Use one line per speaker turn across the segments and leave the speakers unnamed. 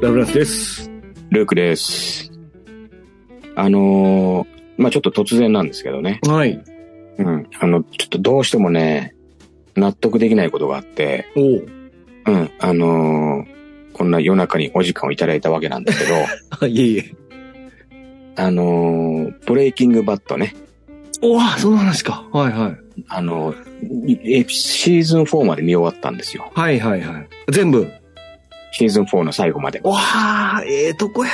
ラブランスです。
ルークです。あのーまあ、ちょっと突然なんですけどね。
はい。
うん。あの、ちょっとどうしてもね、納得できないことがあって、
おう。
うん。あのーこんな夜中にお時間をいただいたわけなんですけど、
あ、いえいえ。
あのーブレイキングバットね。
おわ、その話か。はいはい。
あのーいシーズン4まで見終わったんですよ。
はいはいはい。全部。
シーズン4の最後まで。
わあ、ええとこや。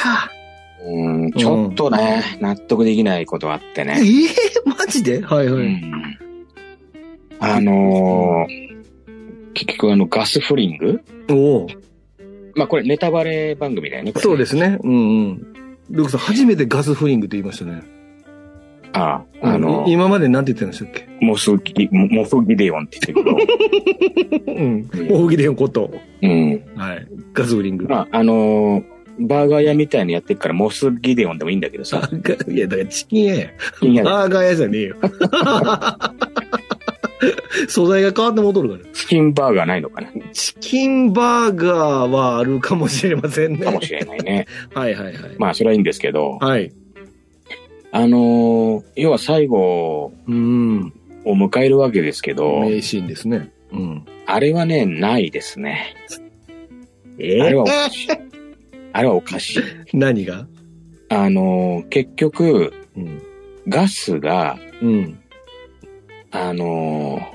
うん。ちょっとね、納得できないことあって
え
ね。
えマジではいは
う
い。
ん。あのー結局あの、ガスフリング
おう。
まあこれネタバレ番組だよね。これ
そうですね。うんうん。ルークさん、初めてガスフリングって言いましたね。
ああ、あの
うん、今まで何て言ってましたっけ
モスギ、モスギデオンって言ってるけど、
うん。大喜利のこと。
うん。
はい。ガスフリング。
まああのーバーガー屋みたいにやってるからモスギデオンでもいいんだけど
バ
さ。
ー ガーいや、だからチキン屋や。
いいや
バーガー屋じゃねえ よ。素材が変わって戻るから。
チキンバーガーないのかな
チキンバーガーはあるかもしれませんね。
かもしれないね。
はいはいはい。
まあそれはいいんですけど、
はい。
あのー要は最後
うん。
を迎えるわけですけど、
名シーンですね。うん。
あれはね、ないですね。
え
あれはおかしい。あれはおかしい。
何が
あのー結局、
うん。
ガスが、
うん。
あのー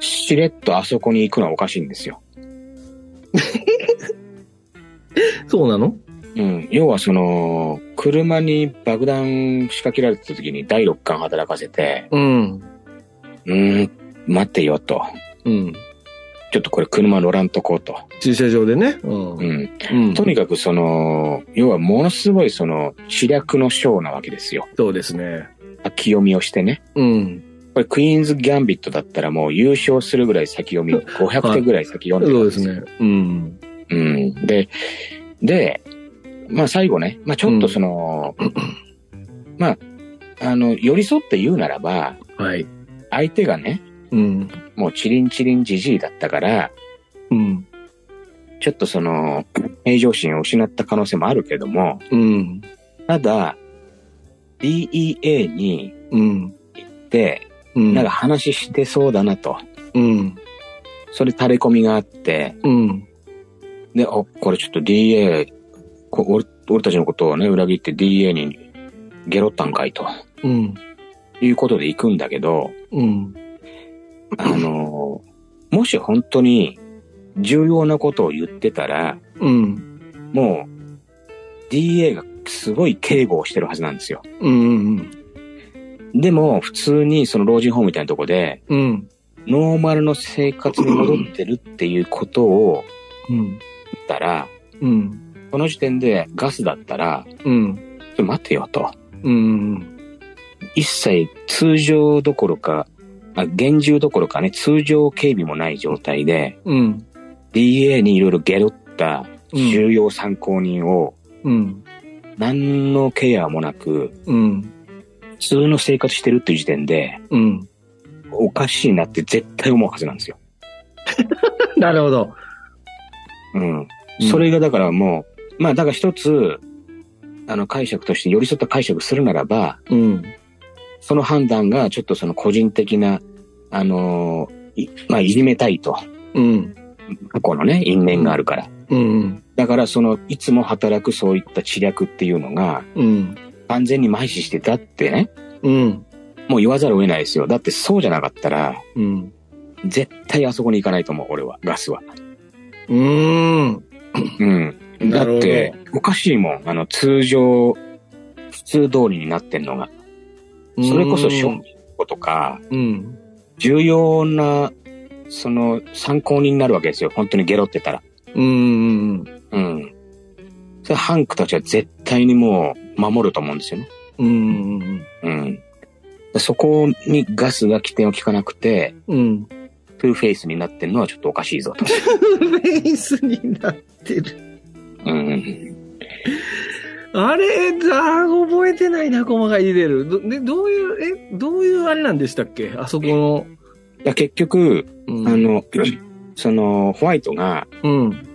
しれっとあそこに行くのはおかしいんですよ。
そうなの
うん。要はその、車に爆弾仕掛けられてた時に第六感働かせて、
うん。
うーん、待ってよと。
うん。
ちょっとこれ車乗らんとこうと。
駐車場でね。うん。
う。
うんん。
とにかくその、要はものすごいその、知略のショーなわけですよ。
そうですね。
先読みをしてね。
うん。
これクイーンズ・ギャンビットだったらもう優勝するぐらい先 読み、500手ぐらい先読んでる
そ
わ
う
け
で
です
す
よ
ね。うん。
うん。で、で、まあ最後ね、まあちょっと その、まあ、あの、寄り添って言うならば、
はい。
相手がね、
うん。
もうチリンチリンジジイだったから、
うん。
ちょっとその、平常心を失った可能性もあるけども、
うん。
ただ、DEA に
うん。
行って、
うん。
なんか話してそうだなと。
うん。
それ垂れ込みがあって、
うん。
で、お、これちょっと DA、こ俺俺たちのことをね、裏切って DA にゲロったんかいと。
うん。
いうことで行くんだけど、
うん。
あの、もし本当に重要なことを言ってたら、
うん。
もう DA がすごい警護をしてるはずなんですよ。
うん。
でも普通にその老人ホームみたいなとこで、
うん。
ノーマルの生活に戻ってるっていうことを
うん。
言ったら、
うん。
この時点でガスだったら、
うん。
ちょっと待てよと。
うん。
一切通常どころか、あ厳重どころかね、通常警備もない状態で、
うん。
DA にいろいろゲロった重要参考人を
うん。
何のケアもなく
うん。
普通の生活してるっていう時点で
うん。
おかしいなって絶対思うはずなんですよ。
なるほど。
うん。それがだからもう、まあだから一つ、あの解釈として寄り添った解釈するならば、
うん。
その判断がちょっとその個人的な、あのーいまあいじめたいと。
うん。
過去のね、因縁があるから。
うん。
だからその、いつも働くそういった知略っていうのが、
うん。
完全に麻痺してたってね、
うん。
もう言わざるを得ないですよ。だってそうじゃなかったら、
うん。
絶対あそこに行かないと思う、俺は、ガスは。
うん。
うん。
な
だ
るほど
って、おかしいもん。あの、通常、普通通りになってんのが。それこそ、ショックとか、
うん。
重要な、その、参考人になるわけですよ。本当にゲロってたら。
うん。
うん。それハンクたちは絶対にもう、守ると思うんですよね。
うん。
うん。そこにガスが起点を聞かなくて、
うん。
トゥーフェイスになってんのはちょっとおかしい ぞと。
フェイスになってる。
うん。
あれ、あ覚えてないな、細かい出てる。ど、ね、どういう、え、どういうあれなんでしたっけあそこの。
だ結局、
う
あ
ん。
の、その、ホワイトが、
うん。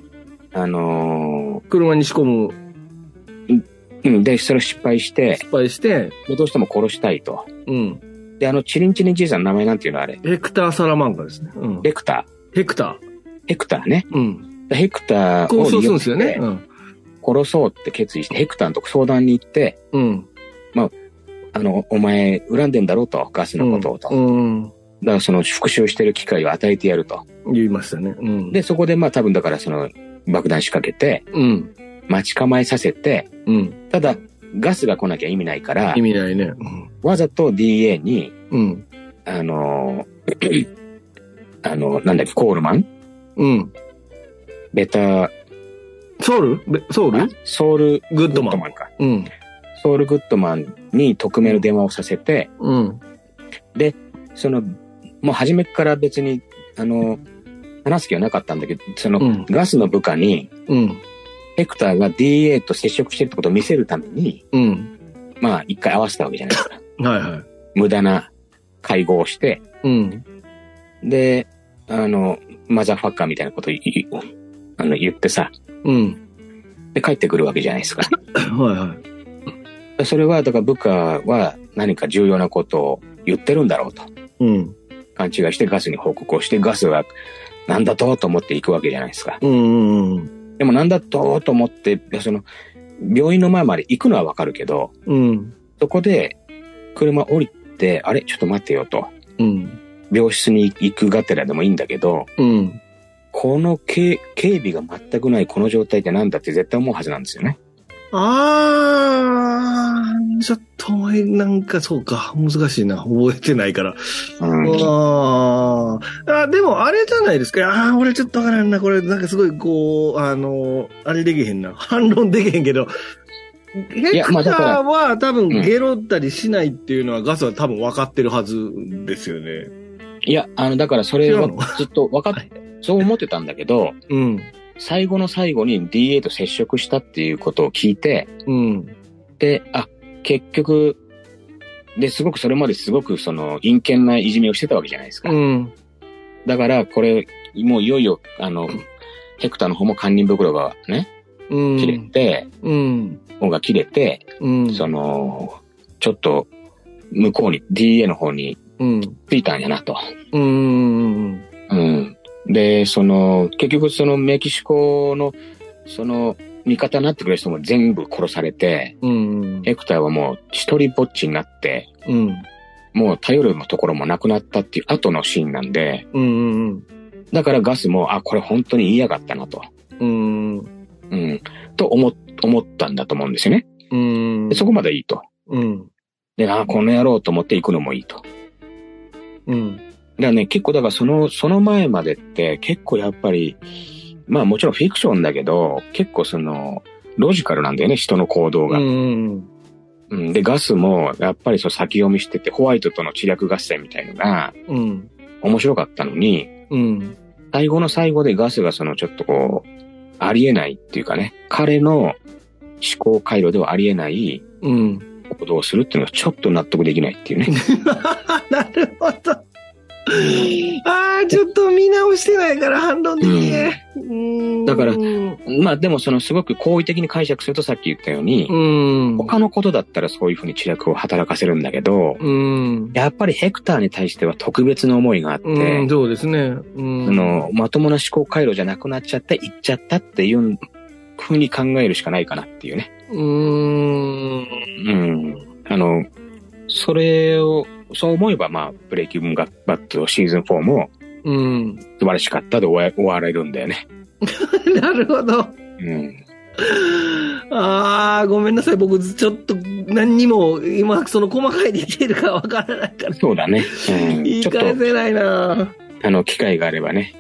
あの
車に仕込む、
ーうん、で、それを失敗して、
失敗して、
どうしても殺したいと。
うん。
で、あの、チリンチリンじいさんの名前なんていうのあれ。
ヘクター・サラマンカですね。うん。
レクタ
ヘクタ
ー。ヘクターね。
ー。うん。
ヘクターを
構想するんで
利用
す
し
よ
て
ね。うん。
殺そうって決意して、ヘクターのとこ相談に行って、
うん。
あの、お前、恨んでんだろうと、ガスのことをと。
うん。
だから、その、復讐してる機会を与えてやると。
言いましたね。うん。
で、そこで、まあ、多分だから、その、爆弾仕掛けて、
うん。
待ち構えさせて、
うん。
ただ、ガスが来なきゃ意味ないから
意、味ないね。
わざと DA に、
うん。
あのー、あの、なんだっけ、コールマン
うん。うん。
ベタ、
ソウルべソウル
ソウル・
グッ
グ
ド
ッ
マ
ド
ン。
マンか。
うん。
ソウル・グッドマンに匿名の電話をさせて、
うん。
その、もう初めから別に、あの、話す気はなかったんだけど、その、
うん
ガスの部下に、
うん。
ヘクターが DA と接触してるってことを見せるために、
うん。
まあ、一回合わせたわけじゃな いですか。
はいはい。
無駄な会合をして、
うん。
で、あの、マザーファッカーみたいなことを言いあの言ってさ、
うん。
で、帰ってくるわけじゃないですか。
はいはい。
それは、だから部下は何か重要なことを言ってるんだろうと。
うん。
勘違いしてガスに報告をして、ガスはなんだとと思って行くわけじゃないですか。
うんうんうん。
でもなんだとと思って、その、病院の前まで行くのはわかるけど、
うん。
そこで車降りて、あれちょっと待ってよと。
うん。
病室に行くがてらでもいいんだけど、
うん。
この警警備が全くないこの状態ってなんだって絶対思うはずなんですよね。
あー、ちょっとお前なんかそうか、難しいな、覚えてないから。
うん。
あーあ、でもあれじゃないですか。ああ、俺ちょっとわからんな、これ、なんかすごいこう、あの、あれできへんな。 反論できへんけど、ヘ
や
ク
ま
タ
あだから
ーは多分
うん
ゲロったりしないっていうのはガスは多分分かってるはずですよね。
いや、あの、だからそれ
違
は
うの
ずっと分かって、そう思ってたんだけど、
うん。
最後の最後に DA と接触したっていうことを聞いて、
うん。
で、あ、結局、で、すごくそれまですごくその陰険ないじめをしてたわけじゃないですか。
うん。
だから、これ、もういよいよ、あの、ヘクターの方も堪忍袋がね、
う
切れ
ん。
て、
うん。
方が切れて、
うん。
その、ちょっと、向こうに、DA の方に
うん。
ついたんやなと。
うん。
うん。で、その、結局そのメキシコの、その、味方になってくれる人も全部殺されて、
うん。
ヘクターはもう一人ぼっちになって、
うん。
もう頼るところもなくなったっていう後のシーンなんで、
うん。
だからガスも、あ、これ本当に言いやがったなと。
うん。
うん。と思っ、思ったんだと思うんですよね。
うん。
でそこまでいいと。
うん。
で、あ、この野郎と思って行くのもいいと。だか
うん。
らね、結構だからその、その前までって結構やっぱり、まあもちろんフィクションだけど、結構その、ロジカルなんだよね、人の行動
う
が。
ん。
うん、で、ガスも、やっぱりそう先読みしてて、ホワイトとの知略合戦みたいのが
うん。
面白かったのに、
うん。
最後の最後でガスがそのちょっとこう、ありえないっていうかね、彼の思考回路ではありえない
うん。
行動をするっていうのがちょっと納得できないっていうね。
なるほど。ああ、ちょっと見直してないから反論できねえ。うん
だから
うん。
まあでもそのすごく好意的に解釈するとさっき言ったように、他のことだったらそういうふうに知略を働かせるんだけど、
うん。
やっぱりヘクターに対しては特別な思いがあって、
うん、そうですね。うん。
その、まともな思考回路じゃなくなっちゃって行っちゃったっていう風に考えるしかないかなっていうね。
うん。
うん。あの、それを、そう思えば、まあ、ブレイキングバットシーズン4も
うん。
素晴らしかったで終わ終われるんだよね。
なるほど。
うん。
ああ、ごめんなさい。僕、ちょっと何にも今、その細かいディテールがわからないから。
そうだね。うん、
言い
ちょっ
返
と、
せないな
あの、機会があればね、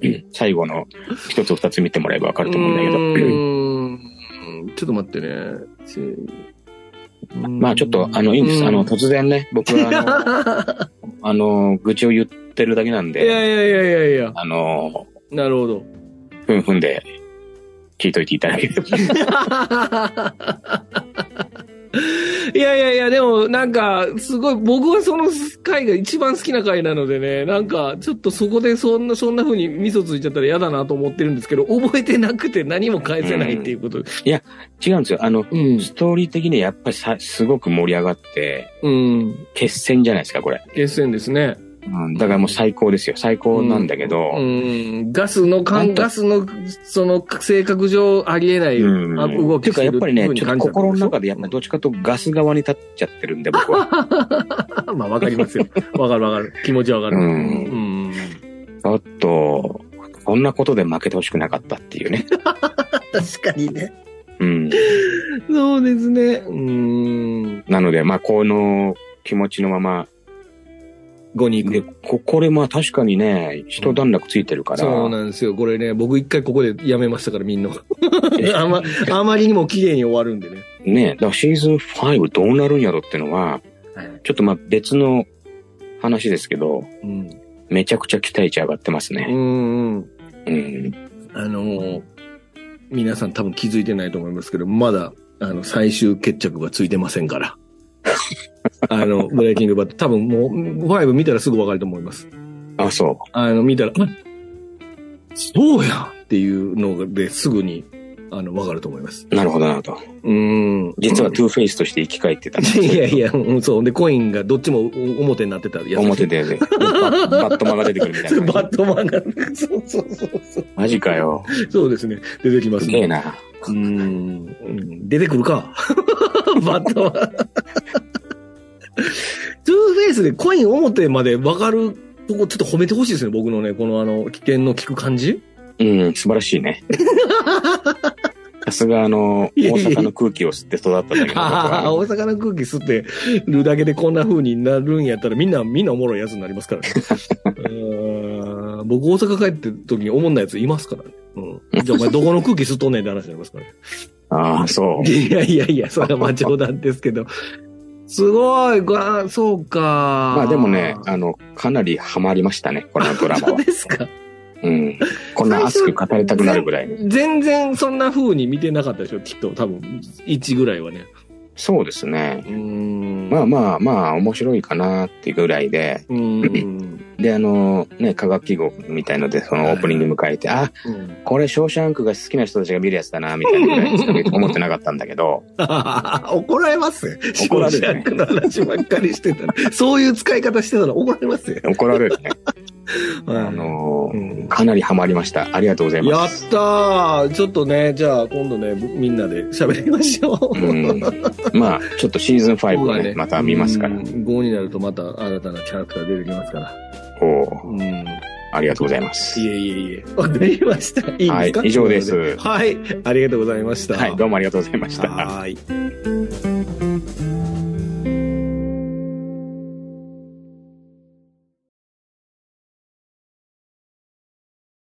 うん最後の一つ二つ見てもらえばわかると思うんだけど。
うんちょっと待ってね。
まあちょっと、あの、いいんです。あの、突然ね、僕は、あの、あの、愚痴を言ってるだけなん
いや
で、
いやいやいやいや。
あの、
なるほど。
ふんふんで、聞いといていただければ。
いいやいやいや、でもなんか、すごい、僕はその回が一番好きな回なのでね、なんか、ちょっとそこでそんな、そんな風に味噌ついちゃったら嫌だなと思ってるんですけど、覚えてなくて何も返せないっていうこと。
違うんですよ。あの、
うん
ストーリー的にやっぱりさ、すごく盛り上がって、
うん。
決戦じゃないですか、これ。
決戦ですね。
うん、だからもう最高ですよ。最高なんだけど、
うん。ガスの
な
感、
んと
ガスの、その、性格上ありえない
うん
あ動
っ
き
ていうかやっぱりね、ちょっと心の中でやっぱ
り
どっちかとガス側に立っちゃってるんで、僕は。
まあ、わかりますよ。わかるわかる。気持ちはわかる。
うん
うん
ちょっと、こんなことで負けてほしくなかったっていうね。
確かにね。
うん。
そうですね。うん。
なので、まあ、この気持ちのまま、
5に
で、こ、これまあ確かにね、一段落ついてるから、
そうなんですよ。これね、僕一回ここでやめましたから、み んな。 あまあまりにも綺麗に終わるんでね。
ね、だからシーズン5どうなるんやろってのは、
はい。
ちょっとまあ別の話ですけど、
うん。
めちゃくちゃ期待値上がってます
う
ね。
んうん。
うん。
あのー皆さん多分気づいてないと思いますけど、まだ、あの、最終決着がついてませんから。 あの、ブレイキングバッド、多分もう、5見たらすぐわかると思います。
あ、そう。
あの、見たら、あそうやんっていうのですぐに、あの、わかると思います。
なるほどなるほど。
うん。
実はトゥーフェイスとして生き返ってた。
いやいや、うんそう。で、コインがどっちもお表になってたやつ。
表で、でバッバットマンが出てくるみたい
それ
な感
バ
じ。
ットマンが、そうそうそうそう。
マジかよ。
そうですね。出てきます
すげえ
ね。
な。
うーんうん。出てくるか。 バットマン。トゥーフェイスでコイン表までわかるとこちょっと褒めてほしいですね。僕のね、このあの、危険の効く感じ。
うん、素晴らしいね。さすがあの、
いや
大
いや
阪の空気を吸って育ったんだけど僕
ああ、
は。
大阪の空気吸ってるだけでこんな風になるんやったらみんな、みんなおもろいやつになりますからね。 うーん僕大阪帰ってる時におもんないやついますからね。うん。じゃあお前どこの空気吸っとんねんって話になりますからね。
ああ、そう。
いやいやいや、それはまあ冗談ですけど。すごい、わあそうか。ま
まあでもね、あの、かなりハマりましたね、このドラマ
そう
は。
ですか。
うん。こんな熱く語りたくなるぐらいに。
全然そんな風に見てなかったでしょ、きっと。多分、1ぐらいはね。
そうですね。
うーん。
まあまあまあ、面白いかなっていうぐらいで、
うーん。
で、あの、ね、科学記号みたいので、そのオープニング迎えて、あ、
うん
これ、ショーシャンクが好きな人たちが見るやつだな、みたいなぐらいしか 思ってなかったんだけど、
怒られますよ。
怒られるね
ショーシャンクの話ばっかりしてたら、そういう使い方してたら怒られますよ。
怒られるね。
あ
あの
う、ん
かなりハマりました。ありがとうござい
や
ま
っ
す。
たーちょっとね、じゃあ今度ね、みんなで喋りましょう。
うん。まあ、ちょっとシーズン5をね、また見ますから。
5になるとまた新たなキャラクター出てきますから。
おお
うん。い
ありがとうございます。
えいえいえ。わかりました。いいですか
はい以上です
はい。ありがとうございました。
はい、どうもありがとうございました。
はーい。